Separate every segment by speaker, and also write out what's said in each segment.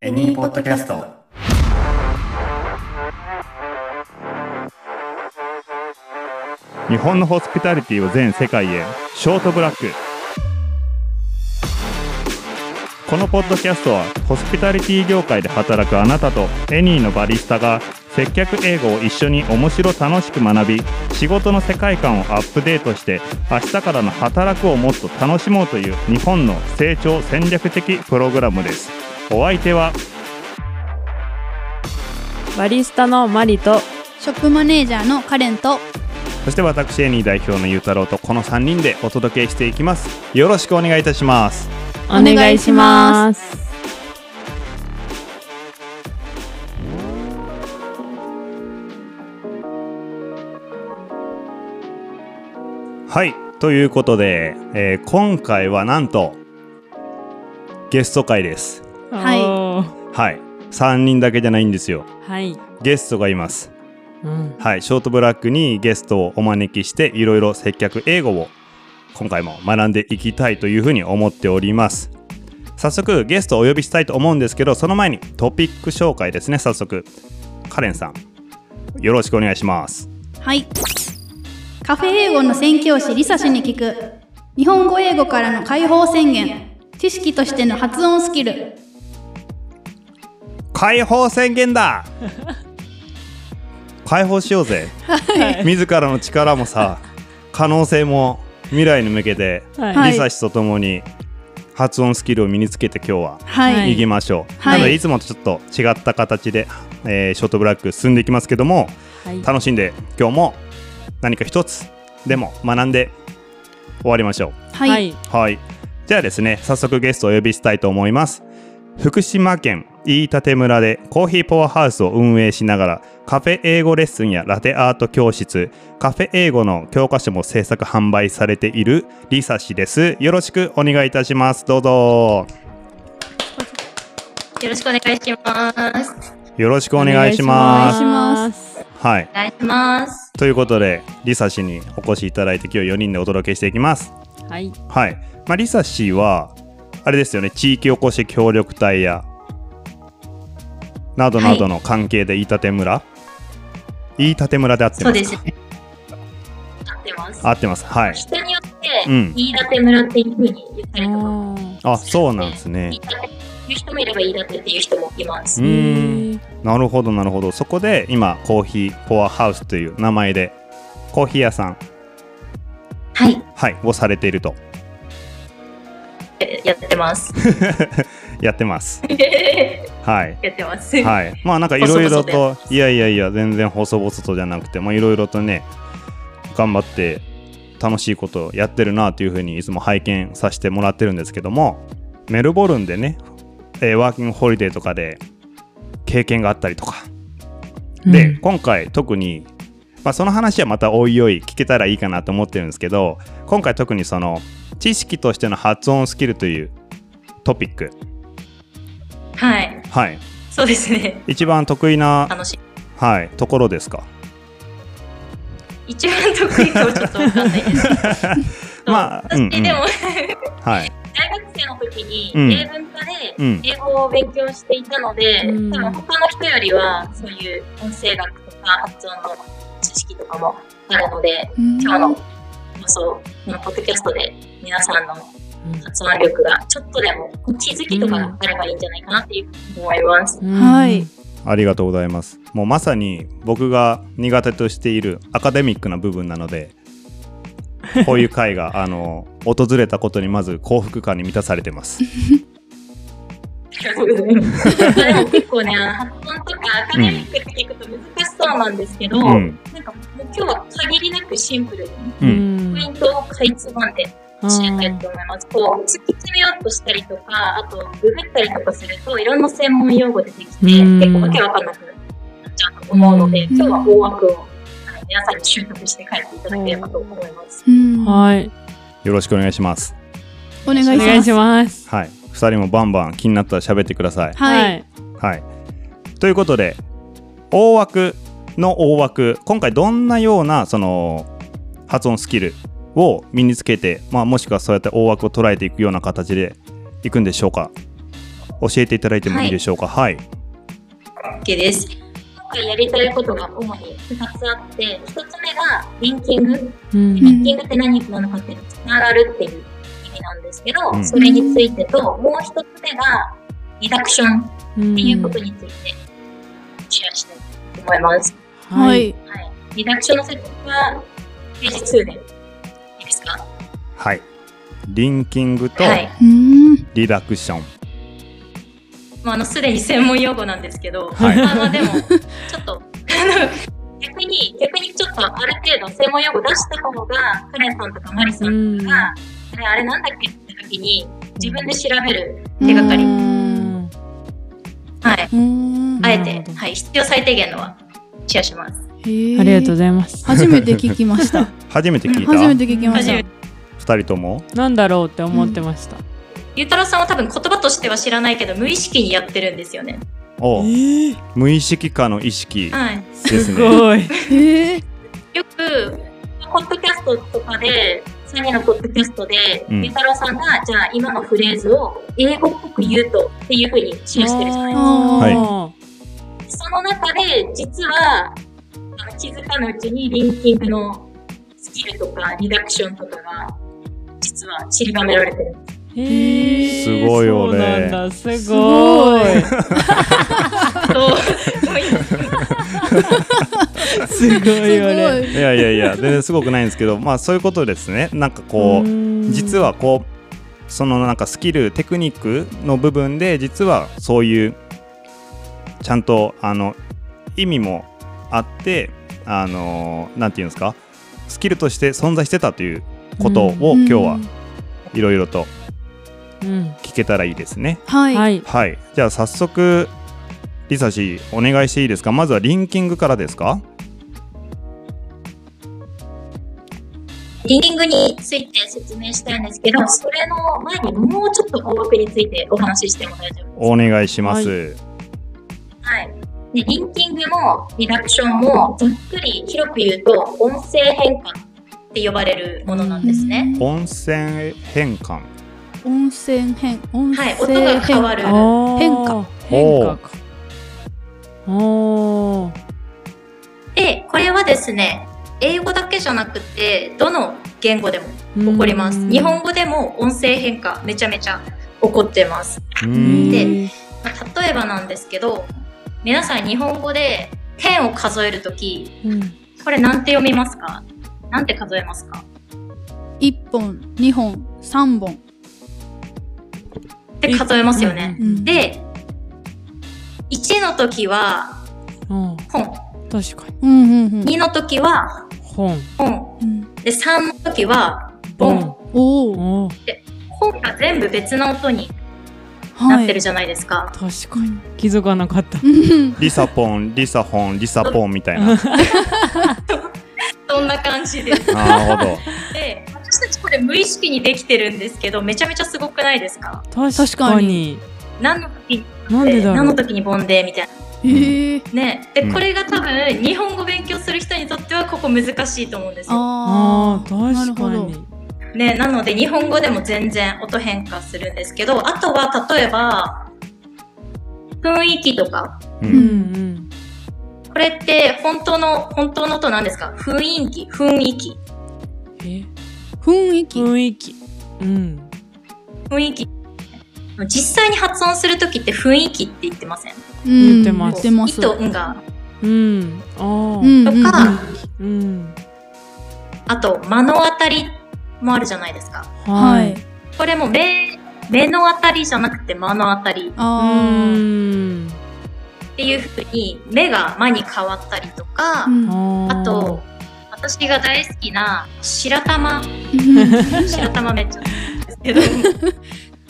Speaker 1: エニーポッドキャスト。
Speaker 2: 日本のホスピタリティを全世界へショートブラックこのポッドキャストはホスピタリティ業界で働くあなたとエニーのバリスタが接客英語を一緒に面白楽しく学び仕事の世界観をアップデートして明日からの働くをもっと楽しもうという日本の成長戦略的プログラムですお相手は
Speaker 3: バリスタのマリと
Speaker 4: ショップマネージャーのカレンと
Speaker 2: そして私エニー代表のゆうたろうとこの3人でお届けしていきますよろしくお願いいたします
Speaker 3: お。
Speaker 4: 願いします
Speaker 2: はいということで、えー今回はなんとゲスト会です
Speaker 4: はい
Speaker 3: い。
Speaker 2: はい3人だけじゃないんですよ
Speaker 3: はい。
Speaker 2: ゲストがいます
Speaker 3: うん。
Speaker 2: はいショートブラックにゲストをお招きしていろいろ接客英語を今回も学んでいきたいというふうに思っております早速ゲストをお呼びしたいと思うんですけどその前にトピック紹介ですね早速カレンさんよろしくお願いします
Speaker 4: はいカフェ英語の宣教師リサ氏に聞く日本語英語からの解放宣言知識としての発音スキル
Speaker 2: 解放宣言 だ解放しようぜ、自らの力もさ可能性も未来に向けて、
Speaker 3: はい
Speaker 2: リサ氏とともに発音スキルを身につけて今日は
Speaker 4: はい、
Speaker 3: はい
Speaker 2: いきましょう、
Speaker 4: はい
Speaker 2: なのでいつもとちょっと違った形で、えーショートブラック進んでいきますけども
Speaker 3: はい。。
Speaker 2: 楽しんで今日も何か一つでも学んで終わりましょう
Speaker 4: はい
Speaker 2: はい。じゃあですね、早速ゲストをお呼びしたいと思います。福島県飯舘村でコーヒーパワーハウスを運営しながらカフェ英語レッスンやラテアート教室カフェ英語の教科書も制作販売されているリサ氏ですよろしくお願いいたしますどうぞ
Speaker 5: よろしくお願いします。
Speaker 2: よろしくお願いします
Speaker 4: お願いします
Speaker 2: はい
Speaker 5: お願いします。
Speaker 2: ということでリサ氏にお越しいただいて今日4人でお届けしていきます
Speaker 3: はい。
Speaker 2: はい、まあ、リサ氏はあれですよね地域おこし協力隊やなどなどの関係で飯舘村、飯舘村で合って
Speaker 5: そう
Speaker 2: ます
Speaker 5: ですね。合ってます。
Speaker 2: 合ってますはい
Speaker 5: 人によって、
Speaker 2: うん
Speaker 5: 飯舘村っていうふうに言ってるところ。
Speaker 2: あそうなんですね
Speaker 5: 飯舘っていう人もいれば飯舘っていう人もいます。
Speaker 2: う
Speaker 3: う
Speaker 2: ーん。なるほどなるほどそこで今コーヒーポアハウスという名前でコーヒー屋さん、
Speaker 5: はい、
Speaker 2: はい、をされていると
Speaker 5: えやってます。
Speaker 2: やって ますはい
Speaker 5: やってます。
Speaker 2: はい、まあなんかいろいろ
Speaker 5: 細
Speaker 2: といやいやいや全然細々とじゃなくてまあいろいろとね頑張って楽しいことをやってるなというふうにいつも拝見させてもらってるんですけどもメルボルンでね、えーワーキングホリデーとかで経験があったりとかで、今回特に、まあ、その話はまたおいおい聞けたらいいかなと思ってるんですけど今回特にその知識としての発音スキルというトピック
Speaker 5: はい、
Speaker 2: はい
Speaker 5: そうですね。
Speaker 2: 一番得意な
Speaker 5: 楽しい。
Speaker 2: はい、ところですか。。
Speaker 5: 一番得意かはちょっとわかんないです
Speaker 2: まあ
Speaker 5: そう
Speaker 2: うんうん
Speaker 5: 私でも、
Speaker 2: はい。
Speaker 5: 大学生の時に
Speaker 2: うん
Speaker 5: 英文科で
Speaker 2: うん
Speaker 5: 英語を勉強していたので、
Speaker 3: うん
Speaker 5: 多分他の人よりはそういう音声学とか発音の知識とかもあるので
Speaker 4: うん
Speaker 5: 今日の放送このポッドキャストで皆さんの発音力がちょっとでも気づきとかがあればいいんじゃないかなっていうふうに思い ます。
Speaker 4: はい。
Speaker 2: ありがとうございます。もうまさに僕が苦手としているアカデミックな部分なので、こういう会が、あの、訪れたことにまず幸福感に満たされてます。
Speaker 5: ありがとうございますでも結構ね発音とかアカデミックって聞くと難しそうなんですけど、
Speaker 2: うん。
Speaker 5: なんかもう今日は限りなくシンプルに
Speaker 2: う。
Speaker 3: うんん
Speaker 5: ポイントをかいつまんで教えたいと思います。こう突き詰めようとしたりとか、あとググったりとかするといろんな専門用語出てきて、
Speaker 3: うん
Speaker 5: 結構わけわかんなくなっちゃうと思うので、
Speaker 3: うん
Speaker 5: 今日は大枠をあの皆さんに習得して帰っていただければと思います。
Speaker 4: うん
Speaker 3: はい。
Speaker 2: よろしくお願いします。
Speaker 4: お願いし
Speaker 3: お
Speaker 4: ます
Speaker 3: 願いします。
Speaker 2: はい。二人もバンバン気になったら喋ってください。
Speaker 4: はい、
Speaker 3: い。
Speaker 2: はい。ということで、大枠の大枠、今回どんなようなその発音スキルを身につけて、まあ、もしくはそうやって大枠を捉えていくような形でいくんでしょうか。教えていただいてもいいでしょうかはい、
Speaker 5: OK です。今回やりたいことが主に2つあって、1つ目がリンキング。
Speaker 3: うん
Speaker 5: リンキングって何なのかっていうと、つながるっていう意味なんですけど、
Speaker 2: うん
Speaker 5: それについてと、もう1つ目がリダクションっ
Speaker 3: うん
Speaker 5: ていうことについてシェアしたいと思います。
Speaker 3: は
Speaker 4: はいい。
Speaker 5: はい。リダクションの説明は、ページ2でいいですか
Speaker 2: はい、リンキングと
Speaker 5: はい。
Speaker 4: うん。
Speaker 2: リダクション、
Speaker 5: まあ、あの、すでに専門用語なんですけど、
Speaker 2: はい
Speaker 5: まあまあでも、ちょっと、 逆に、逆にちょっとある程度専門用語出した方が、カレンさんとかマリさ
Speaker 3: うんん
Speaker 5: とか、あれ、あれなんだっけって時に、自分で調べる手がかり
Speaker 4: う。ん
Speaker 3: ん
Speaker 5: はい。
Speaker 4: うん
Speaker 5: あ
Speaker 3: なる
Speaker 5: え
Speaker 3: ほど
Speaker 5: て、はい、必要最低限のは、シェアします。
Speaker 4: へー
Speaker 3: ありがとうございます。
Speaker 4: 初めて聞きま した。
Speaker 2: 初めて聞いた
Speaker 4: 初めて聞きまし
Speaker 5: 初
Speaker 4: た
Speaker 5: め。て
Speaker 2: 2人とも
Speaker 3: なんだろうって思ってました。
Speaker 5: ゆうたろうさんは多分言葉としては知らないけど、無意識にやってるんですよね。
Speaker 2: おう
Speaker 3: えー
Speaker 2: 無意識化の意識
Speaker 5: はい。
Speaker 2: です
Speaker 3: す
Speaker 2: ね
Speaker 3: ごい。
Speaker 4: へえ。
Speaker 5: よく、ポッドキャストとかで、3人のポッドキャストで、
Speaker 2: うん
Speaker 5: ゆうたろうさんが、じゃあ今のフレーズを英語っぽく言うとっていうふうにシェアしてるじゃない
Speaker 3: あ
Speaker 5: ですか。その中で、実は、あの気づかぬうちにリンキングのスキルとかリダクションとかが、実は散りばめられてる。
Speaker 3: ーへ
Speaker 2: す
Speaker 3: ー
Speaker 2: ごいよね
Speaker 3: そうなんだ。すごい。
Speaker 5: そう。
Speaker 3: すごい
Speaker 4: す
Speaker 3: よね。
Speaker 2: いやいやいや全然すごくないんですけどまあそういうことですねなんかこう、
Speaker 3: う
Speaker 2: 実はこうそのなんかスキルテクニックの部分で実はそういうちゃんとあの意味もあってあのなんていうんですかスキルとして存在してたということを今日ははいろいろと
Speaker 3: うん、
Speaker 2: 聞けたらいいですね。
Speaker 4: はい。
Speaker 3: はい。
Speaker 2: はいじゃあ早速リサ氏お願いしていいですかまずはリンキングからですか
Speaker 5: リンキングについて説明したいんですけど、それの前にもうちょっと項目についてお話ししても大丈夫ですか
Speaker 2: お願いします。
Speaker 5: はい。で、リンキングもリダクションも、ざっくり広く言うと、音声変換って呼ばれるものなんですね。
Speaker 2: 温泉変換
Speaker 4: 温泉変音
Speaker 5: はい
Speaker 4: 声
Speaker 5: 音が変わる
Speaker 3: あ
Speaker 5: あ
Speaker 3: ー
Speaker 4: 変化。
Speaker 3: 変化か。おー
Speaker 5: で、これはですね、英語だけじゃなくて、どの言語でも起こります。
Speaker 3: うん
Speaker 5: 日本語でも音声変化めちゃめちゃ起こってます。
Speaker 2: うー
Speaker 3: うん
Speaker 2: ん
Speaker 5: でまあ例えばなんですけど、皆さん日本語で点を数えるとき、
Speaker 3: うん
Speaker 5: これなんて読みますかなんて数えますか
Speaker 4: 一本二本三本。
Speaker 5: って数えますよね。
Speaker 4: うん、
Speaker 5: で、1の時は
Speaker 3: うん
Speaker 5: 本、
Speaker 3: 確かに。
Speaker 4: うんうんうん
Speaker 5: 2の時は
Speaker 3: 本。
Speaker 5: 本、
Speaker 4: うん。
Speaker 5: で、3の時は
Speaker 3: ボ
Speaker 5: ボ
Speaker 3: ン
Speaker 5: ン。
Speaker 4: おお。
Speaker 3: おー
Speaker 5: 本が全部別の音に
Speaker 4: は
Speaker 5: なってるじゃないですか。
Speaker 3: 確かに。気づかなかった。
Speaker 4: うん
Speaker 2: リサポン、リサホン、リサポンみたい な。
Speaker 5: そんな感じで。
Speaker 2: なるほど。
Speaker 5: で、 私たちこれ無意識にできてるんですけど、めちゃめちゃすごくないですか
Speaker 3: 確かに。
Speaker 5: 何の時に
Speaker 3: なんでだ
Speaker 5: 何
Speaker 3: ろ
Speaker 5: の
Speaker 3: う。
Speaker 5: 時にボンで、みたいな。
Speaker 4: へえ。
Speaker 5: ね、で、
Speaker 2: うん
Speaker 5: これが多分日本語勉強する人にとってはここ難しいと思うんです
Speaker 4: あ
Speaker 5: よ。
Speaker 3: あ
Speaker 4: あ。
Speaker 3: ー
Speaker 4: な
Speaker 3: 確
Speaker 4: るほ
Speaker 3: か
Speaker 4: ど。
Speaker 3: に。
Speaker 5: ね、なので日本語でも全然音変化するんですけど、あとは例えば雰囲気とか、
Speaker 2: う
Speaker 3: うん
Speaker 2: ん、
Speaker 3: うん。
Speaker 5: これって本当の本当の音なんですか？雰囲気、雰囲気、
Speaker 3: え
Speaker 4: 雰囲気。
Speaker 3: 雰囲気。うん。
Speaker 5: 雰囲気。実際に発音するときって雰囲気って言ってません。
Speaker 4: う
Speaker 3: 言
Speaker 4: ん
Speaker 3: ってます
Speaker 4: 言ってます。
Speaker 5: いとうんが
Speaker 3: うん。あ
Speaker 4: う
Speaker 3: あ。
Speaker 4: んうんうん。
Speaker 5: とか
Speaker 3: うん。
Speaker 5: あと目の当たりもあるじゃないですか。
Speaker 4: はい。。
Speaker 5: これも目目の当たりじゃなくて目の当たり。
Speaker 3: う
Speaker 4: あ
Speaker 3: ん。
Speaker 5: っていうふうに目が間に変わったりと
Speaker 4: あ。
Speaker 5: か、
Speaker 4: うん
Speaker 3: あ
Speaker 5: あと私が大好きな白玉白玉めっちゃ好きなんですけど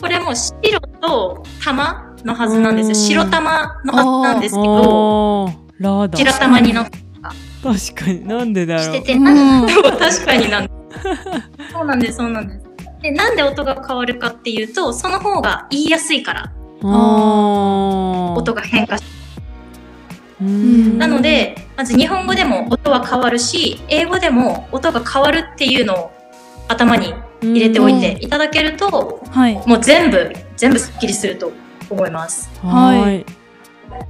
Speaker 5: これも白と玉のはずなんですよ白玉のはずなんですけど
Speaker 3: あーラーだ
Speaker 5: 白玉に乗っ
Speaker 3: 確かになんでだ
Speaker 5: し
Speaker 3: ろ
Speaker 5: て
Speaker 3: う
Speaker 5: て
Speaker 4: うん
Speaker 5: なんで確かになんですそうなんですそうなんですでなんで音が変わるかっていうとその方が言いやすいから
Speaker 3: あ
Speaker 5: 音
Speaker 3: ー
Speaker 5: が変化し
Speaker 3: うん
Speaker 5: なのでまず日本語でも音は変わるし英語でも音が変わるっていうのを頭に入れておいていただけると、
Speaker 4: はい。
Speaker 5: もう全部全部すっきりすると思います。
Speaker 3: は。
Speaker 4: はい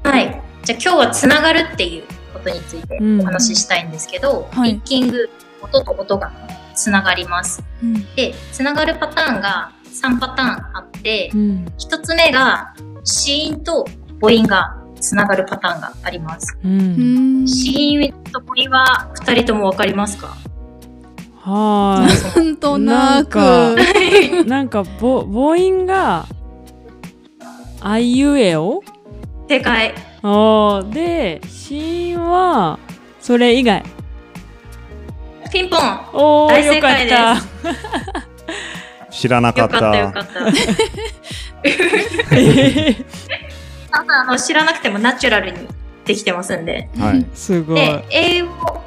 Speaker 5: はい。じゃあ今日はつながるっていうことについて
Speaker 3: うん
Speaker 5: お話ししたいんですけど、
Speaker 4: はい
Speaker 5: ピッキング、音と音がつながります。で、つながるパターンが3パターンあって、
Speaker 3: うん。
Speaker 5: 1つ目が子音と母音がつながるパターンがあります。
Speaker 3: う。
Speaker 4: うんん
Speaker 5: 子音と母音は2人ともわかりますか
Speaker 3: は
Speaker 4: なんと
Speaker 3: な
Speaker 4: なく
Speaker 3: んか い。なんか、ぼ、母音が、あいうえお
Speaker 5: 正解。
Speaker 3: おーで、子音は、それ以外。
Speaker 5: ピンポンよ
Speaker 3: おー、
Speaker 5: 大
Speaker 3: よ
Speaker 5: 正
Speaker 3: かっ
Speaker 5: 解です
Speaker 3: た。
Speaker 2: 知らなか
Speaker 5: かっ
Speaker 2: った
Speaker 5: たよかった。 あ とあの知らなくてもナチュラルにできてますんで。
Speaker 2: はい、
Speaker 3: すごい。
Speaker 5: で、英語、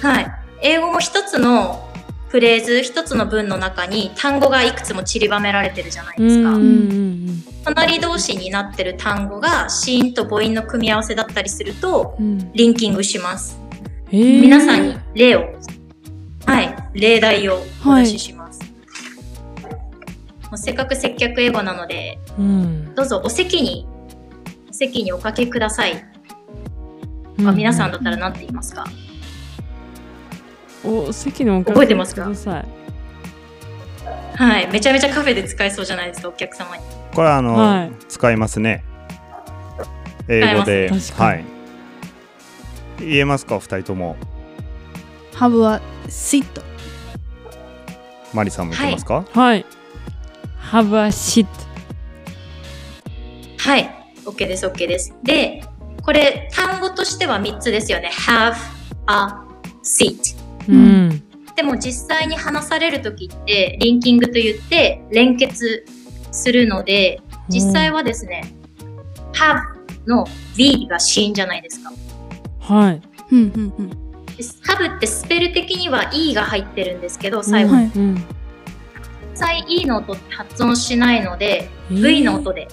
Speaker 5: はい。英語も一つのフレーズ、一つの文の中に単語がいくつも散りばめられてるじゃないです
Speaker 3: う
Speaker 5: か
Speaker 3: ん。うんうん
Speaker 5: 隣同士になってる単語が子音と母音の組み合わせだったりすると、
Speaker 3: うん。
Speaker 5: リンキングします。
Speaker 3: えー
Speaker 5: 皆さんに例を、はい、例題をお出しします。もうせっかく接客英語なので、
Speaker 3: うん
Speaker 5: どうぞお席に、お席におかけください。まあ皆さんだったら何て言いますか
Speaker 3: お席のおか
Speaker 5: 覚えてますか
Speaker 3: ください
Speaker 5: はい。めちゃめちゃカフェで使えそうじゃないですか、お客様に。
Speaker 2: これはあの、
Speaker 3: はい
Speaker 2: 使いますね英語で
Speaker 3: 使います確かに
Speaker 2: はい言えますか二人とも
Speaker 4: ハブはシット
Speaker 2: マリさんも言えますか、
Speaker 3: はい。Have a shit.
Speaker 5: はい。OK です、OK です。で、これ、単語としては3つですよね。have, a, seat。
Speaker 3: うん。
Speaker 5: でも実際に話されるときって、リンキングと言って、連結するので、実際はですね、have の v が子音じゃないですか。
Speaker 3: はい。
Speaker 4: うんうんうん
Speaker 5: で have ってスペル的には e が入ってるんですけど、最後
Speaker 4: は
Speaker 5: に
Speaker 4: い
Speaker 3: うん。
Speaker 5: 実際 e の音って発音しないので、
Speaker 3: えー
Speaker 5: v の音で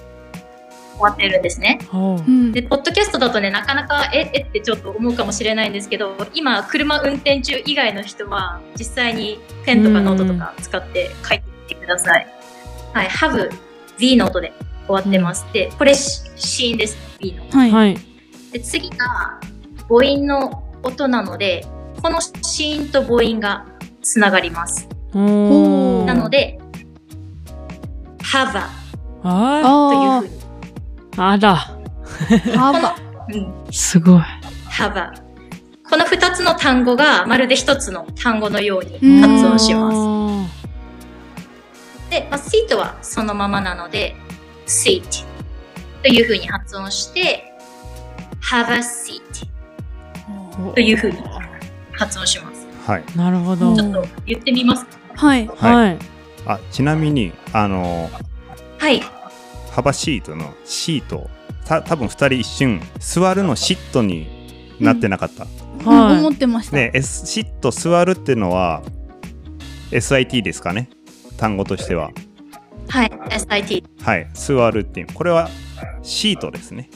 Speaker 5: 終わってるんですね。
Speaker 3: はあ
Speaker 4: うん
Speaker 5: で、ポッドキャストだとね、なかなか、え、えってちょっと思うかもしれないんですけど、今、車運転中以外の人は、実際にペンとかノートとか使って書いてみてください。はい、have, v の音で終わってます。で、これ、し子音です、v の。
Speaker 4: はい
Speaker 3: はい。
Speaker 5: で、次が、母音の音なので、この子音と母音がつながります。
Speaker 3: おー
Speaker 5: なの。で、have,
Speaker 3: は
Speaker 5: と
Speaker 4: あ
Speaker 5: いうふう
Speaker 3: い。あら。
Speaker 4: あハバ
Speaker 5: に。うん
Speaker 3: すごい。
Speaker 5: 幅。この2つの単語がまるで1つの単語のように
Speaker 4: うん
Speaker 5: 発音します。
Speaker 3: す。
Speaker 5: で、まあ、seat はそのままなので、seat というふうに発音して、have a seat というふうに発音します。
Speaker 2: はい
Speaker 3: なるほど
Speaker 5: ち。ょっと言ってみますか
Speaker 4: はい
Speaker 2: はい、
Speaker 3: はい。
Speaker 2: あちなみにあの
Speaker 5: はい。
Speaker 2: 幅シートのシートた多分二人一瞬座るのシットになってなかった、
Speaker 3: はい
Speaker 4: うん思ってました
Speaker 2: ね、S、シット座るってのは SIT ですかね単語としては
Speaker 5: はい。sit。
Speaker 2: はい座るっていうこれはシートですね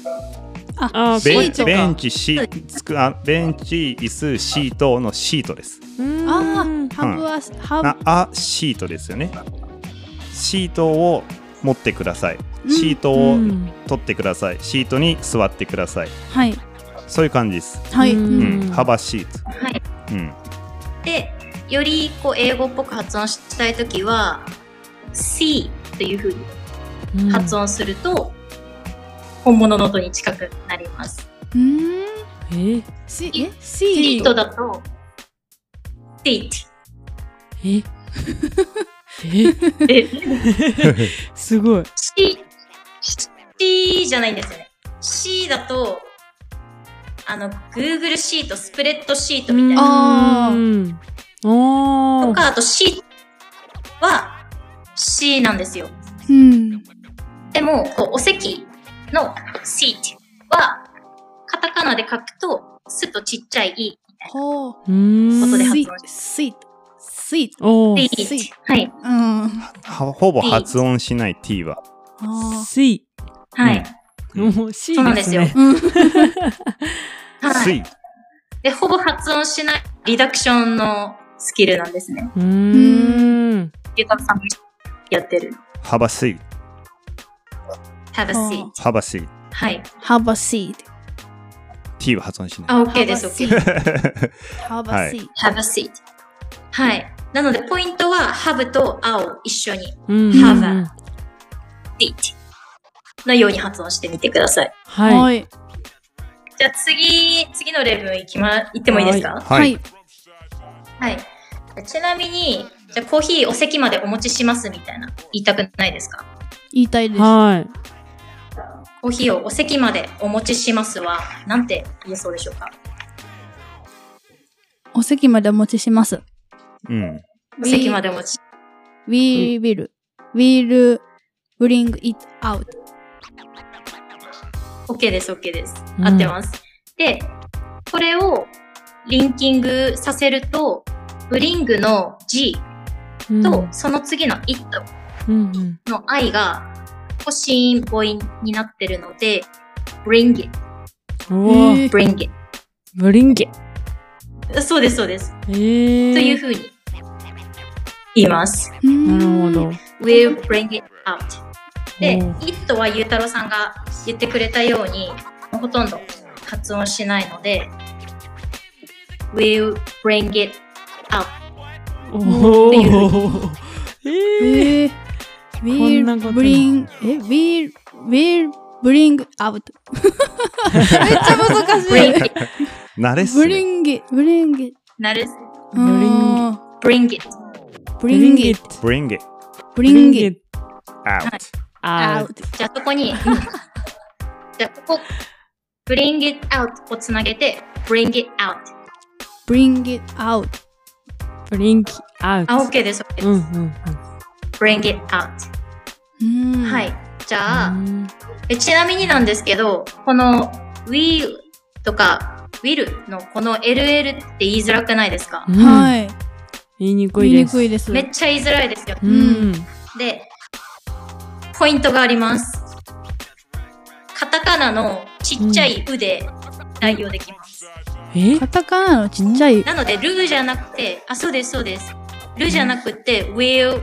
Speaker 3: あ
Speaker 4: あ
Speaker 3: ー
Speaker 4: シ
Speaker 2: ベ
Speaker 4: ー
Speaker 2: ン
Speaker 3: こういう
Speaker 4: ト
Speaker 3: こと
Speaker 2: ベ
Speaker 3: か
Speaker 2: ンチシつくあベンチ椅子シートのシートです
Speaker 3: う
Speaker 4: あ
Speaker 3: ん
Speaker 4: ーハブはハ
Speaker 2: な
Speaker 4: ブ
Speaker 2: あシートですよねシートを持ってください
Speaker 4: うん
Speaker 2: シート
Speaker 3: う
Speaker 2: を
Speaker 3: ん
Speaker 2: 取ってください、シートに座ってください
Speaker 4: はい
Speaker 2: そういう感じです、
Speaker 4: はい
Speaker 3: うん
Speaker 2: う
Speaker 4: うん
Speaker 2: ん、幅シート、
Speaker 5: はい。
Speaker 2: うん、
Speaker 5: で、よりこう英語っぽく発音したいときは、see というふうに発音すると、本物の音に近くなります。
Speaker 4: うーん
Speaker 3: え
Speaker 4: シ
Speaker 5: い
Speaker 4: えシ
Speaker 5: シ
Speaker 4: ー
Speaker 5: ー
Speaker 4: ト
Speaker 5: トだと、seat。
Speaker 3: え え
Speaker 5: え、
Speaker 3: すごい。
Speaker 5: C、C じゃないんですよね。C だと、あの、Google シート、スプレッドシートみたいな。
Speaker 4: あー
Speaker 3: うんあ
Speaker 5: と
Speaker 3: ー。
Speaker 5: か、あと C は C なんですよ。
Speaker 4: うん
Speaker 5: でも、こう、お席の seat は、カタカナで書くと、すっとちっちゃい E。
Speaker 4: ほう
Speaker 3: う
Speaker 5: こ
Speaker 3: ん
Speaker 5: とで
Speaker 4: ス
Speaker 5: 発
Speaker 4: イ
Speaker 5: 音して
Speaker 4: スイスイ
Speaker 3: おー
Speaker 5: seat。はい。
Speaker 4: うんあ
Speaker 2: はほぼ発音しない T は
Speaker 4: ー
Speaker 3: スイ。
Speaker 5: はい。
Speaker 2: うん
Speaker 3: もう C
Speaker 5: そうなん
Speaker 3: で
Speaker 5: ですすよ
Speaker 3: ね。
Speaker 4: うん
Speaker 5: は
Speaker 2: ス
Speaker 5: い。
Speaker 2: イ
Speaker 5: で、ほぼ発音しないリダクションのスキルなんですね。
Speaker 3: うーん。
Speaker 5: ゆうたろうさんもやってる。
Speaker 2: 幅スイ
Speaker 5: Have have a
Speaker 4: あ
Speaker 5: seat.
Speaker 2: ハバシー。
Speaker 5: はい。
Speaker 4: have a seat.
Speaker 2: t は発音しない。
Speaker 5: あ、OK です、OK。
Speaker 4: have a
Speaker 2: はい
Speaker 4: seat.
Speaker 5: have a seat. はい。なので、ポイントは、have と a を一緒に、
Speaker 3: うん。
Speaker 5: have a seat のように発音してみてください。
Speaker 3: はい。
Speaker 4: い。
Speaker 5: じゃあ次、次の例文いきま、いってもいいですか
Speaker 2: はい。。
Speaker 5: はい。ちなみに、じゃあコーヒーお席までお持ちしますみたいな言いたくないですか
Speaker 4: 言いたいです。
Speaker 3: はい。
Speaker 5: コーヒーをお席までお持ちしますは、なんて言えそうでしょうか
Speaker 4: お席までお持ちします。
Speaker 2: うん。
Speaker 5: お席までお持ち。
Speaker 4: We will, will bring it out.
Speaker 5: OK です、OK です。
Speaker 3: うん
Speaker 5: 合ってます。で、これをリンキングさせると、ブリングの G
Speaker 3: うん
Speaker 5: と、その次の it
Speaker 3: うんうん。
Speaker 5: の I が、ポシーン、母音になってるので、bring it,
Speaker 3: うわ
Speaker 4: えー
Speaker 5: bring it.
Speaker 3: ブリンゲ。
Speaker 5: そうです、そうです。
Speaker 3: えー。
Speaker 5: というふうに言います。
Speaker 3: なるほ。
Speaker 4: うーん
Speaker 3: ど。
Speaker 5: will bring it out. で
Speaker 3: おー、
Speaker 5: it はゆうたろうさんが言ってくれたように、ほとんど発音しないので、will bring it out
Speaker 3: お
Speaker 5: ってい
Speaker 3: ー。えー。
Speaker 4: えー、will
Speaker 3: こんなことも
Speaker 4: bring, え、will, will bring out. めっちゃ難しい。
Speaker 5: bring it
Speaker 2: 慣れっす、ね。
Speaker 4: bring it, bring it.
Speaker 5: なる
Speaker 3: Bring
Speaker 4: あ
Speaker 5: bring it
Speaker 4: ー bring it,
Speaker 2: bring it
Speaker 4: bring it
Speaker 2: out.
Speaker 3: out.
Speaker 4: out.
Speaker 5: じゃあそ こにじゃあここ bring it out をつなげて bring it out
Speaker 4: bring it out.
Speaker 3: Bring out.
Speaker 5: あ OK です OK です、
Speaker 3: うんうんうん。
Speaker 5: bring it out、は。
Speaker 4: はい
Speaker 5: じゃあ、
Speaker 3: うん
Speaker 5: えちなみになんですけどこの will とか will のこの LL って言いづらくないですか、
Speaker 3: い。
Speaker 4: はい。
Speaker 3: 言いにく
Speaker 4: 見
Speaker 3: い
Speaker 4: に
Speaker 3: で
Speaker 4: く
Speaker 3: す。
Speaker 4: いです。
Speaker 5: めっちゃ言いづらいですよ
Speaker 3: う
Speaker 5: ね、
Speaker 3: ん。
Speaker 5: でポイントがありますカタカナのちっちゃい「う」で代用できます、
Speaker 3: え
Speaker 4: カタカナのちっちゃい。
Speaker 5: なので、ルーじゃなくて、あ、そうです、そうです。ルーじゃなくて、will,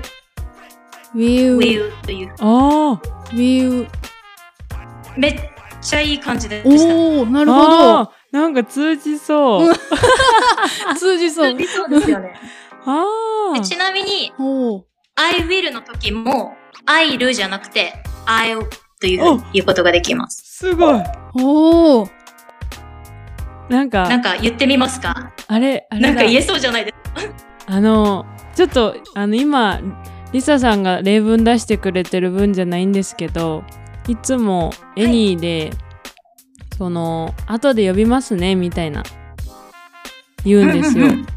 Speaker 4: will,
Speaker 5: will という。
Speaker 3: ああ。
Speaker 4: will.
Speaker 5: めっちゃいい感じでした。
Speaker 4: おー、なるほ
Speaker 3: ああ。なんか通じそう。
Speaker 4: ど。通じそう。
Speaker 5: そうですよね。
Speaker 3: あ
Speaker 5: で
Speaker 3: あ。
Speaker 5: ちなみに、
Speaker 4: おー。
Speaker 5: I will の時も、I will じゃなくて、I'll というふうに言うことができます。
Speaker 3: すごい。
Speaker 4: おー。
Speaker 3: なんか、
Speaker 5: なんか言ってみますか
Speaker 3: あれ、あれだ
Speaker 5: なんか言えそうじゃないですか。
Speaker 3: あの、ちょっと、あの、今、リサさんが例文出してくれてる分じゃないんですけど、いつもエニーで、その、後で呼びますね、みたいな、言うんですよ
Speaker 5: う。んうんうん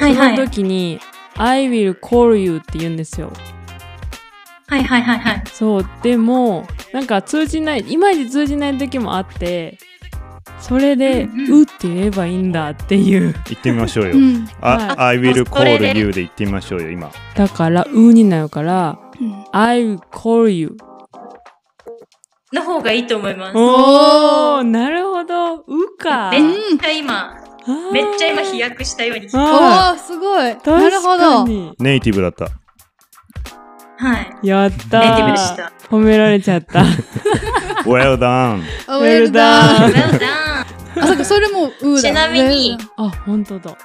Speaker 5: はい
Speaker 3: そ
Speaker 5: は
Speaker 3: の
Speaker 5: い。
Speaker 3: 時に、I will call you って言うんですよ。
Speaker 5: はいはいはいはい。
Speaker 3: そう、でも、なんか通じない、いまいち通じない時もあって、それで、
Speaker 5: うんうん
Speaker 3: うって言えばいいんだっていう。
Speaker 2: 行ってみましょうよ。
Speaker 4: うん。
Speaker 2: あ、I
Speaker 5: あ
Speaker 2: will
Speaker 5: それで
Speaker 2: call you で行ってみましょうよ、今。
Speaker 3: だから、うになるから、
Speaker 4: うん。
Speaker 3: I will call you
Speaker 5: の方がいいと思います。
Speaker 3: おーなるほど。うか。
Speaker 5: めっちゃ今、
Speaker 3: あー
Speaker 5: めっちゃ今飛躍したように。は
Speaker 3: あ
Speaker 4: おー、すごい。
Speaker 3: ー
Speaker 4: なるほ
Speaker 3: 確
Speaker 4: ど
Speaker 3: か。に
Speaker 2: ネイティブだった。
Speaker 5: い。
Speaker 3: やったー。
Speaker 5: ネイティブでした。
Speaker 3: 褒められちゃ った。
Speaker 2: well done!
Speaker 4: あ
Speaker 3: Well done.
Speaker 5: well done!
Speaker 4: あ、そっか、それも、うーだ。
Speaker 5: ちなみに
Speaker 4: Well done
Speaker 3: あ、本当だ。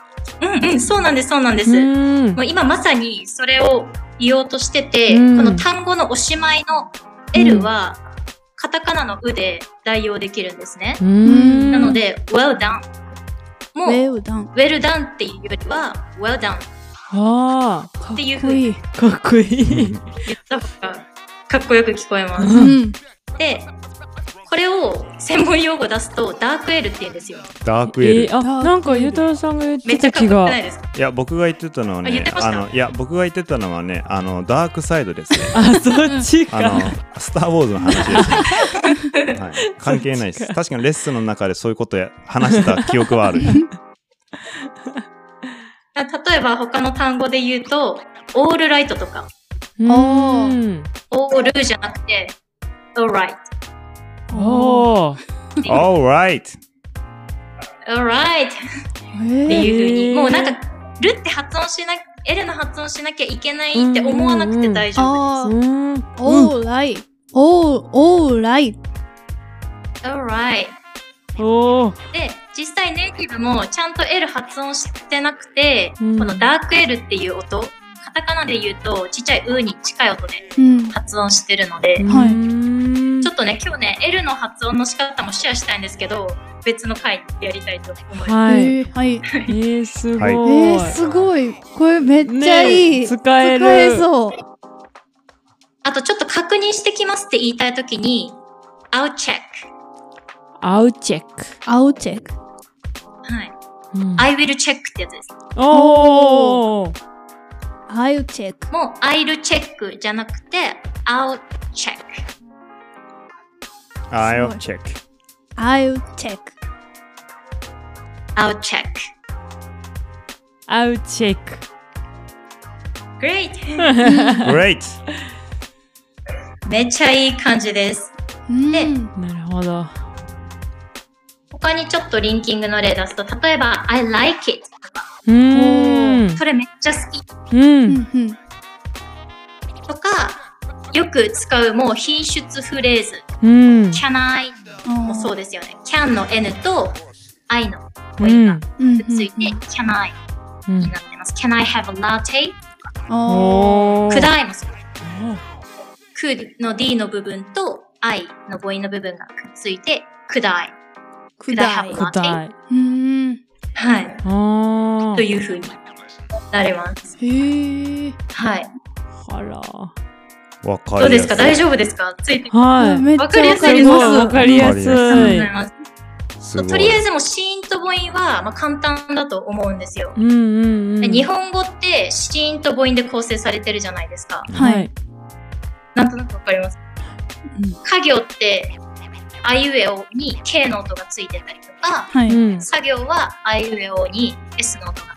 Speaker 5: うんうん、そうなんです、そうなんで
Speaker 3: う
Speaker 5: す。も
Speaker 3: ーん。
Speaker 5: う今まさにそれを言おうとしてて、
Speaker 3: うん
Speaker 5: この単語のおしまいの L は、カタカナのうで代用できるんですね。
Speaker 3: うーん。
Speaker 5: なので、well done も、
Speaker 4: well done.
Speaker 5: well done っていうよりは、well done
Speaker 3: ああ、
Speaker 5: っていう
Speaker 4: かっこ
Speaker 5: ふうに
Speaker 4: いい。
Speaker 3: かっこいい。
Speaker 5: 言った方が、かっこよく聞こえます。
Speaker 4: うん。
Speaker 5: で、これを専門用語出すと、ダーク L って言うんですよ。
Speaker 2: ダークエル。
Speaker 3: え
Speaker 2: い
Speaker 3: ー、あ、なんかゆうたろうさんが言って
Speaker 5: めっちゃ
Speaker 3: た
Speaker 5: か
Speaker 3: 気
Speaker 5: っこよく
Speaker 3: が
Speaker 5: な。いですか
Speaker 2: や、僕が言ってたのは
Speaker 5: あ言っ
Speaker 2: ね
Speaker 5: て、まし
Speaker 2: あ
Speaker 5: た
Speaker 2: の、いや、僕が言ってたのはね、あの、ダークサイドですね。
Speaker 3: あ、そっち
Speaker 2: あの
Speaker 3: か。、
Speaker 2: スター・ウォーズの話です ね。はい、関係ないです。確かにレッスンの中でそういうことや話した記憶はあ る。
Speaker 5: あ例えば他の単語で言うと、オールライトとか、
Speaker 3: うーん。
Speaker 5: オールじゃなくて、alright。
Speaker 3: おー。
Speaker 2: Alright!
Speaker 5: alright
Speaker 4: え
Speaker 5: っていう風
Speaker 3: へ
Speaker 5: に、
Speaker 3: ー
Speaker 5: もうなんか、るって発音しな、L の発音しなきゃいけないって思わなくて大丈夫
Speaker 4: あ
Speaker 3: う
Speaker 4: ー、
Speaker 3: ーん。
Speaker 4: all right. all, all right.
Speaker 5: Alright.
Speaker 3: おー
Speaker 5: で、実際ネイティブもちゃんと L 発音してなくて、
Speaker 3: うん
Speaker 5: このダーク L っていう音、カタカナで言うとちっちゃい U に近い音で
Speaker 4: うん。
Speaker 5: 発音してるので、
Speaker 4: はいう
Speaker 3: ーん
Speaker 5: ちょっとね、今日ね、L の発音の仕方もシェアしたいんですけど、別の回でやりたいと思います。
Speaker 3: はい。え
Speaker 4: えーはい。
Speaker 3: ー、すご。
Speaker 2: はいい
Speaker 4: えー、すごい。これめっちゃいい。
Speaker 3: ね使える
Speaker 4: 使えそう。
Speaker 5: あとちょっと確認してきますって言いたいときに、I'll check。
Speaker 3: アウチェック。
Speaker 4: アウチェック。
Speaker 5: はい。
Speaker 3: うん、
Speaker 5: I will check ってやつです。
Speaker 3: おー
Speaker 4: アウチェック。
Speaker 5: もう I'll check じゃなくて、I'll check。
Speaker 2: I'll
Speaker 4: す
Speaker 2: check
Speaker 4: アウチェック。
Speaker 5: I'll check。
Speaker 3: アウチェック。
Speaker 5: Great!
Speaker 2: Great
Speaker 5: めっちゃいい感じです。
Speaker 4: うん。
Speaker 3: なるほど。
Speaker 5: 他にちょっとリンキングの例出すと、例えば、I like it。
Speaker 3: うーん。
Speaker 5: それめっちゃ好き。
Speaker 3: う。
Speaker 4: うんんうん。
Speaker 5: とか、よく使うもう品質フレーズ。
Speaker 3: うん。
Speaker 5: can I もそうですよね。can の n と I の
Speaker 3: う
Speaker 5: e が
Speaker 3: ん。
Speaker 4: うん。
Speaker 5: くっついて、can I
Speaker 3: うん
Speaker 5: になってます。can I have a latte?
Speaker 4: おー。
Speaker 3: おー
Speaker 5: could I もそう。could の d の部分と I の母音の部分がくっついて、could I?
Speaker 4: く
Speaker 5: I
Speaker 4: だ
Speaker 5: have
Speaker 4: い
Speaker 5: a。
Speaker 3: くだい。
Speaker 4: うん。
Speaker 5: はい。
Speaker 3: あ
Speaker 5: と
Speaker 3: ー
Speaker 5: いうふうになります。
Speaker 4: へー。
Speaker 5: はい。
Speaker 3: あら。
Speaker 2: わかりやすい
Speaker 5: どうですか大丈夫ですかついて
Speaker 3: はい。
Speaker 4: めっちゃ
Speaker 5: わかりやすいです
Speaker 4: わ
Speaker 3: ごい
Speaker 4: かり
Speaker 3: わ
Speaker 4: ま
Speaker 3: かりや
Speaker 4: す
Speaker 3: すい。
Speaker 2: わ
Speaker 5: ありがとうございます。
Speaker 2: すごい
Speaker 5: とりあえずもう子音と母音は、まあ、簡単だと思うんですよ。
Speaker 3: うんうんう
Speaker 5: で
Speaker 3: ん。
Speaker 5: 日本語って子音と母音で構成されてるじゃないですか。
Speaker 4: はい
Speaker 3: はい。。
Speaker 5: なんとなくわかります。家業って、あいうえおに K の音がついてたりとか、
Speaker 4: はいう
Speaker 3: ん。
Speaker 5: 作業はあいうえおに S の音が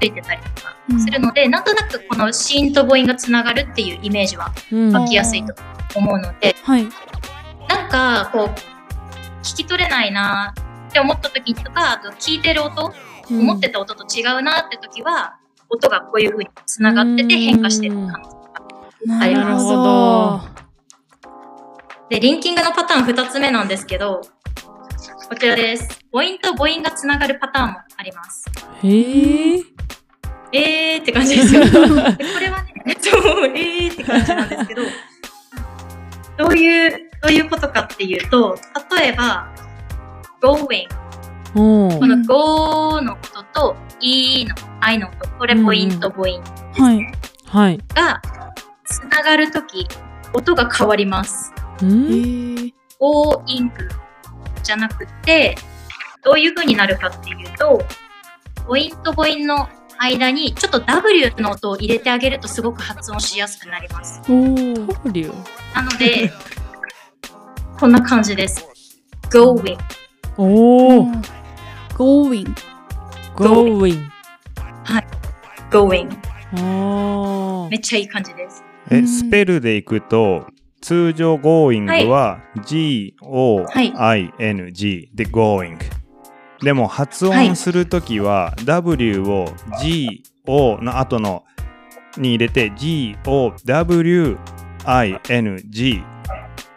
Speaker 5: ついてたりとか
Speaker 4: うん
Speaker 5: するので、なんとなくこの子音と母音がつながるっていうイメージは
Speaker 3: うん。
Speaker 5: 湧きやすいと思うので、
Speaker 4: はい。
Speaker 5: なんかこう、聞き取れないなって思った時とか、あと聞いてる音思ってた音と違うなって時は、音がこういう風に繋がってて変化してる感じ。
Speaker 4: な
Speaker 5: り
Speaker 3: なる
Speaker 5: ま
Speaker 3: ほ
Speaker 5: す
Speaker 3: ど。
Speaker 5: で、リンキングのパターン2つ目なんですけど、こちらです。母音と母音が繋がるパターンもあります。
Speaker 3: へえ。
Speaker 5: えーって感じですよ。でこれはね、そう、えーって感じなんですけど、どういう、どういうことかっていうと、例えば、going
Speaker 3: お
Speaker 5: こ
Speaker 3: ー
Speaker 5: の go の音と e の i の音、これ母音と母音
Speaker 4: はい。
Speaker 3: はい。
Speaker 5: がつながるとき、音が変わります。
Speaker 4: え
Speaker 3: ん
Speaker 4: ー。
Speaker 5: O イングじゃなくて、どういう風になるかっていうと、母音と母音の間にちょっと W の音を入れてあげるとすごく発音しやすくなります。
Speaker 4: おー。
Speaker 3: トリュ
Speaker 5: なので、こんな感じです。going,
Speaker 3: おー。
Speaker 4: going.
Speaker 3: going。
Speaker 5: going.
Speaker 3: お
Speaker 5: め
Speaker 3: ー。
Speaker 5: っちゃいい感じです。
Speaker 2: えスペルでいくと通常 Going は G-O-I-N-G で Going でも発音するときは W を G-O の後のに入れて G-O-W-I-N-G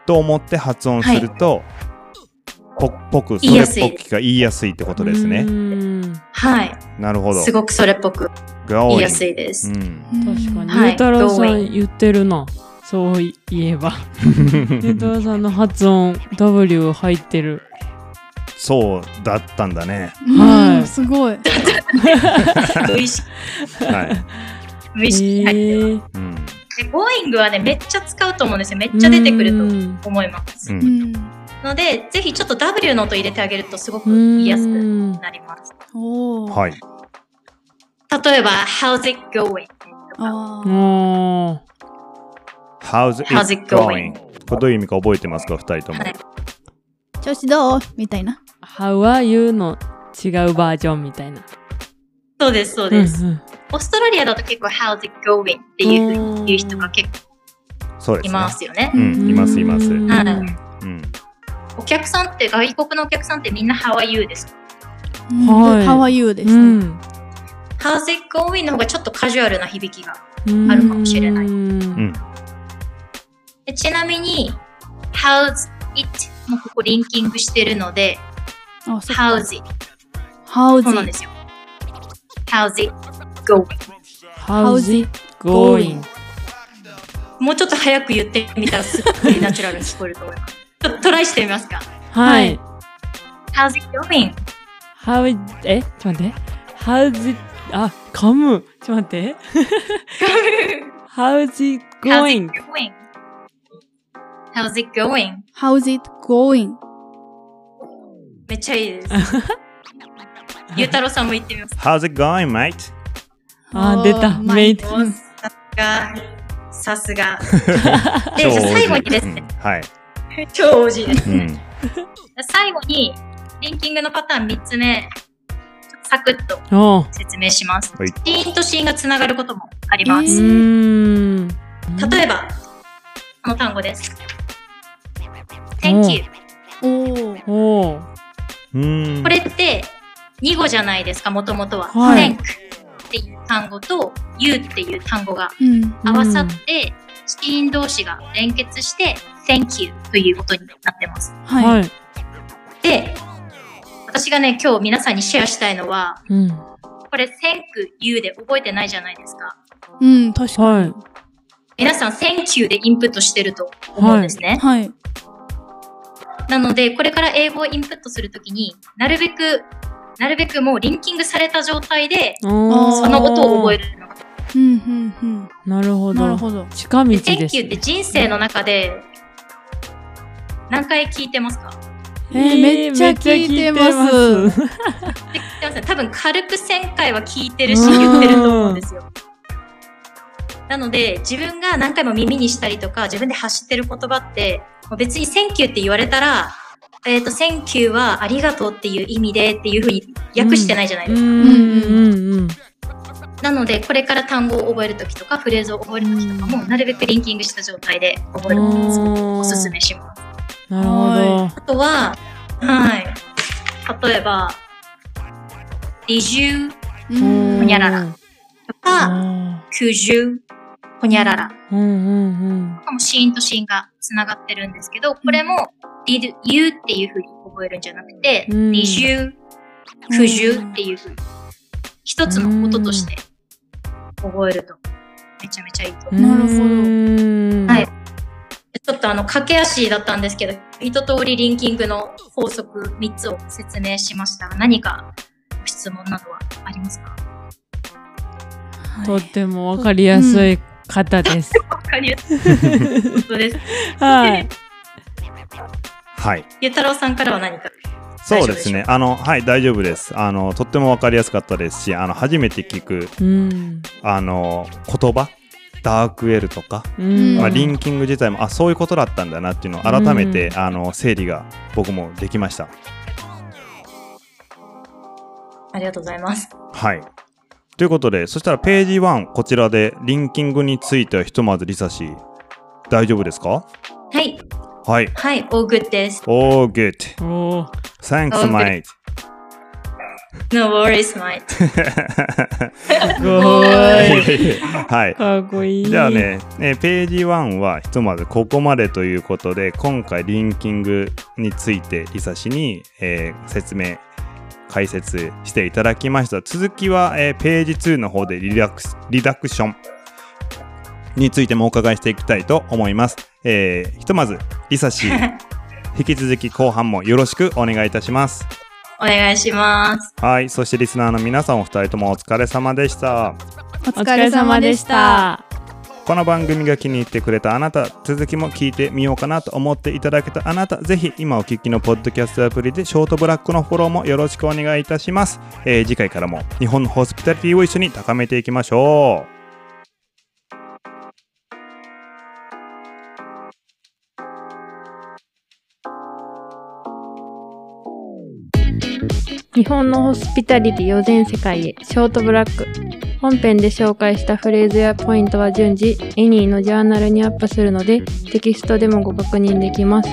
Speaker 2: と思って発音すると、ぽぽくそ
Speaker 5: 言い
Speaker 2: れっ
Speaker 5: やすい
Speaker 2: ぽくが言いやすいってことです
Speaker 3: う
Speaker 2: ね。
Speaker 3: ーん
Speaker 5: はい。
Speaker 2: なるほど。
Speaker 5: すごくそれっぽく
Speaker 2: Going
Speaker 5: 言いやすいです。
Speaker 2: うん、
Speaker 3: 確かに。
Speaker 4: に。
Speaker 5: はい
Speaker 3: ゆうたろうさ
Speaker 5: going
Speaker 3: ん言ってるな。そうい言え ば。ゆうたろうさんの発音、W 入ってる。
Speaker 2: そうだったんだね。
Speaker 3: はい
Speaker 4: うんすごい。
Speaker 5: 無意識、
Speaker 2: はい。
Speaker 5: 無
Speaker 3: え
Speaker 5: 意識。はい。
Speaker 3: ー。
Speaker 2: うん。
Speaker 5: で、Going はね、めっちゃ使うと思うんですよ。めっちゃ出てくると
Speaker 3: と。
Speaker 5: 思いま
Speaker 2: う
Speaker 5: す。
Speaker 2: ん
Speaker 4: うん。
Speaker 5: ので、ぜひちょっと W の音入れてあげるとすごく言いやすく
Speaker 3: ん。
Speaker 5: なります。
Speaker 4: おー。
Speaker 2: は
Speaker 4: い。
Speaker 2: い。
Speaker 5: 例えば、How's it going? とか
Speaker 4: あー。
Speaker 3: おー。
Speaker 2: How's it,
Speaker 5: How's it
Speaker 2: going?
Speaker 5: going?
Speaker 2: これどういう意味か覚えてますか、二人とも。
Speaker 5: はい
Speaker 4: 調子どうみたいな。
Speaker 3: How are you の違うバージョンみたいな。
Speaker 5: そうです、そうです。
Speaker 3: うんうん
Speaker 5: オーストラリアだと結構 How's it going? っていうふうに言う人が結構
Speaker 2: そうです、
Speaker 5: い
Speaker 2: ね。
Speaker 5: ますよね。
Speaker 2: うん、います、います。
Speaker 3: う
Speaker 2: うんん。
Speaker 5: はお客さんって、外国のお客さんってみんな How are you? ですか
Speaker 3: はい
Speaker 4: ハワイユーで
Speaker 3: う
Speaker 4: すね。
Speaker 3: ん。
Speaker 5: How's it going? の方がちょっとカジュアルな響きが。
Speaker 3: うん
Speaker 5: あるかもしれない
Speaker 3: うん
Speaker 2: うん。
Speaker 5: でちなみに、 how's it もここリンキングしてるので、
Speaker 4: あ、そう。
Speaker 5: how's it。
Speaker 4: How's
Speaker 5: そうなんで
Speaker 4: it?
Speaker 5: すよ。how's it going?
Speaker 3: How's it going?
Speaker 5: もうちょっと早く言ってみたらすっごいナチュラルに聞こえると思います。ちょっとトライしてみますか。
Speaker 3: はい。
Speaker 5: How's it going?
Speaker 3: How it... えちょっと待って。How's it... あ、噛む。ちょっと待って。How's it
Speaker 5: How's it
Speaker 3: going?
Speaker 5: going? How's it going?
Speaker 4: How's it going?
Speaker 5: めっちゃいい です。ゆうたろうさんも言ってみます。
Speaker 2: How's it going, mate?
Speaker 3: あ、出た。
Speaker 4: Oh my
Speaker 3: メイト。
Speaker 5: おさすが。さす が。で、
Speaker 2: 超
Speaker 5: じゃあ最後
Speaker 2: 王
Speaker 5: に
Speaker 2: 子
Speaker 5: です
Speaker 2: う
Speaker 5: ね
Speaker 2: ん。はい。
Speaker 5: 超 OG です。
Speaker 2: うん。
Speaker 5: 最後に、リンキングのパターン3つ目、ちょっとサクッと
Speaker 3: おう。
Speaker 5: 説明します。
Speaker 2: はい
Speaker 5: シーンとシーンがつながることもありま
Speaker 3: う
Speaker 5: す。
Speaker 3: ーん。
Speaker 5: 例えば、この単語です。Thank you。
Speaker 4: おお。
Speaker 3: おう。
Speaker 2: うん
Speaker 5: これって、2語じゃないですか、もともとは。
Speaker 3: はい
Speaker 5: Thank っていう単語と You っていう単語が
Speaker 4: うん。
Speaker 5: 合わさって、シーン同士が連結して、Thank you ということになってます。
Speaker 4: はい。
Speaker 3: はい。
Speaker 5: で、私がね、今日皆さんにシェアしたいのは、
Speaker 3: うん。
Speaker 5: これ Thank you で覚えてないじゃないですか。
Speaker 4: うん、確か
Speaker 3: はい。
Speaker 5: 皆さん Thank you でインプットしてると思うんですね
Speaker 4: に。。はい。
Speaker 5: なので、これから英語をインプットするときになるべく、なるべくもうリンキングされた状態で、
Speaker 3: お
Speaker 4: ー
Speaker 5: その音を覚え
Speaker 3: る。
Speaker 5: るのが。
Speaker 4: うん、うん、うん。
Speaker 3: なるほ
Speaker 4: なる
Speaker 3: ど。
Speaker 4: ほど。
Speaker 3: 近道です。
Speaker 5: Thank you って人生の中で何回聞いてますか
Speaker 4: えーめっちゃ聞いてます
Speaker 3: す。
Speaker 5: 聞いてますね多分軽く1000回は聞いてるし言ってると思うんですよ。なので自分が何回も耳にしたりとか自分で発してる言葉ってもう別に「センキュー」って言われたら「えっ、とセンキューはありがとう」っていう意味でっていうふうに訳してないじゃないで
Speaker 3: う
Speaker 5: すか。
Speaker 3: んうんうん。
Speaker 5: なのでこれから単語を覚えるときとかフレーズを覚えるときとかもなるべくリンキングした状態で覚えるのがすごくおすすめします。
Speaker 3: なるほ
Speaker 5: あとは、はい。例えば、20
Speaker 4: う
Speaker 3: ど。
Speaker 4: ん。
Speaker 5: ほにゃららとか、
Speaker 3: あ
Speaker 5: 90、ほにゃらら。
Speaker 3: ー。うんうんうん。
Speaker 5: このシーンとシーンがつながってるんですけど、これも、did you っていうふうに覚えるんじゃなくて、
Speaker 3: うん
Speaker 5: 20、90っていうふうに、一つの音として覚えると、めちゃめちゃいいと思う。
Speaker 4: なるほど
Speaker 3: ど
Speaker 5: はいちょっとあの、駆け足だったんですけど、一通りリンキングの法則3つを説明しましたが、何か質問などはありますか
Speaker 3: とってもわかりやすい方です。
Speaker 5: わかりやすい。本当です。
Speaker 3: はい。
Speaker 2: はい。
Speaker 5: ゆうたろうさんからは何か
Speaker 2: そうですね。あの、はい、大丈夫です。あの、とってもわかりやすかったですし、あの、初めて聞く、
Speaker 3: うん。
Speaker 2: あの、言葉、ダークエルとか、
Speaker 3: うん
Speaker 2: まあ、リンキング自体も、あ、そういうことだったんだなっていうのを改めて、あの、整理が僕もできました。
Speaker 5: ありがとうございます。
Speaker 2: はい。ということで、そしたらページ1、こちらでリンキングについてはひとまずリサ氏、大丈夫ですか
Speaker 5: はい。
Speaker 2: はい。
Speaker 5: はい。all good です。
Speaker 2: Oh, good.
Speaker 3: おー
Speaker 2: Thanks,
Speaker 5: Okay.
Speaker 2: mate.
Speaker 5: No worries, mate.
Speaker 3: すごい。
Speaker 2: はい。
Speaker 3: かっこいい。
Speaker 2: じゃあ。ね、えーページ1はひとまずここまでということで、今回リンキングについてリサ氏に、えー説明、解説していただきました。続きは、えーページ2の方でリラックスリダクションについてもお伺いしていきたいと思います。えーひとまずリサ氏、引き続き後半もよろしくお願いいたします。
Speaker 5: お願いします。
Speaker 2: はい、そしてリスナーの皆さんお二人ともお疲れ様でした。
Speaker 4: お
Speaker 3: お疲れ様でし。た。
Speaker 2: この番組が気に入ってくれたあなた続きも聞いてみようかなと思っていただけたあなたぜひ今お聞きのポッドキャストアプリでショートブラックのフォローもよろしくお願いいたします、えー次回からも日本のホスピタリティを一緒に高めていきましょう
Speaker 1: 日本のホスピタリティを全世界へショートブラック本編で紹介したフレーズやポイントは順次エニーのジャーナルにアップするのでテキストでもご確認できます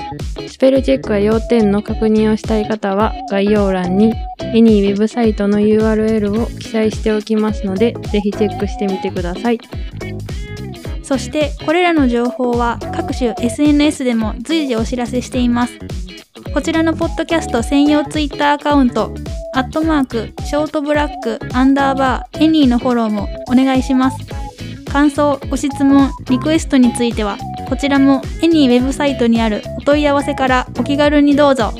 Speaker 1: スペルチェックや要点の確認をしたい方は概要欄にエニーウェブサイトの URL を記載しておきますのでぜひチェックしてみてください
Speaker 4: そしてこれらの情報は各種 SNS でも随時お知らせしていますこちらのポッドキャスト専用ツイッターアカウントアットマークショートブラックアンダーバーエニーのフォローもお願いします感想ご質問リクエストについてはこちらもエニーウェブサイトにあるお問い合わせからお気軽にどうぞ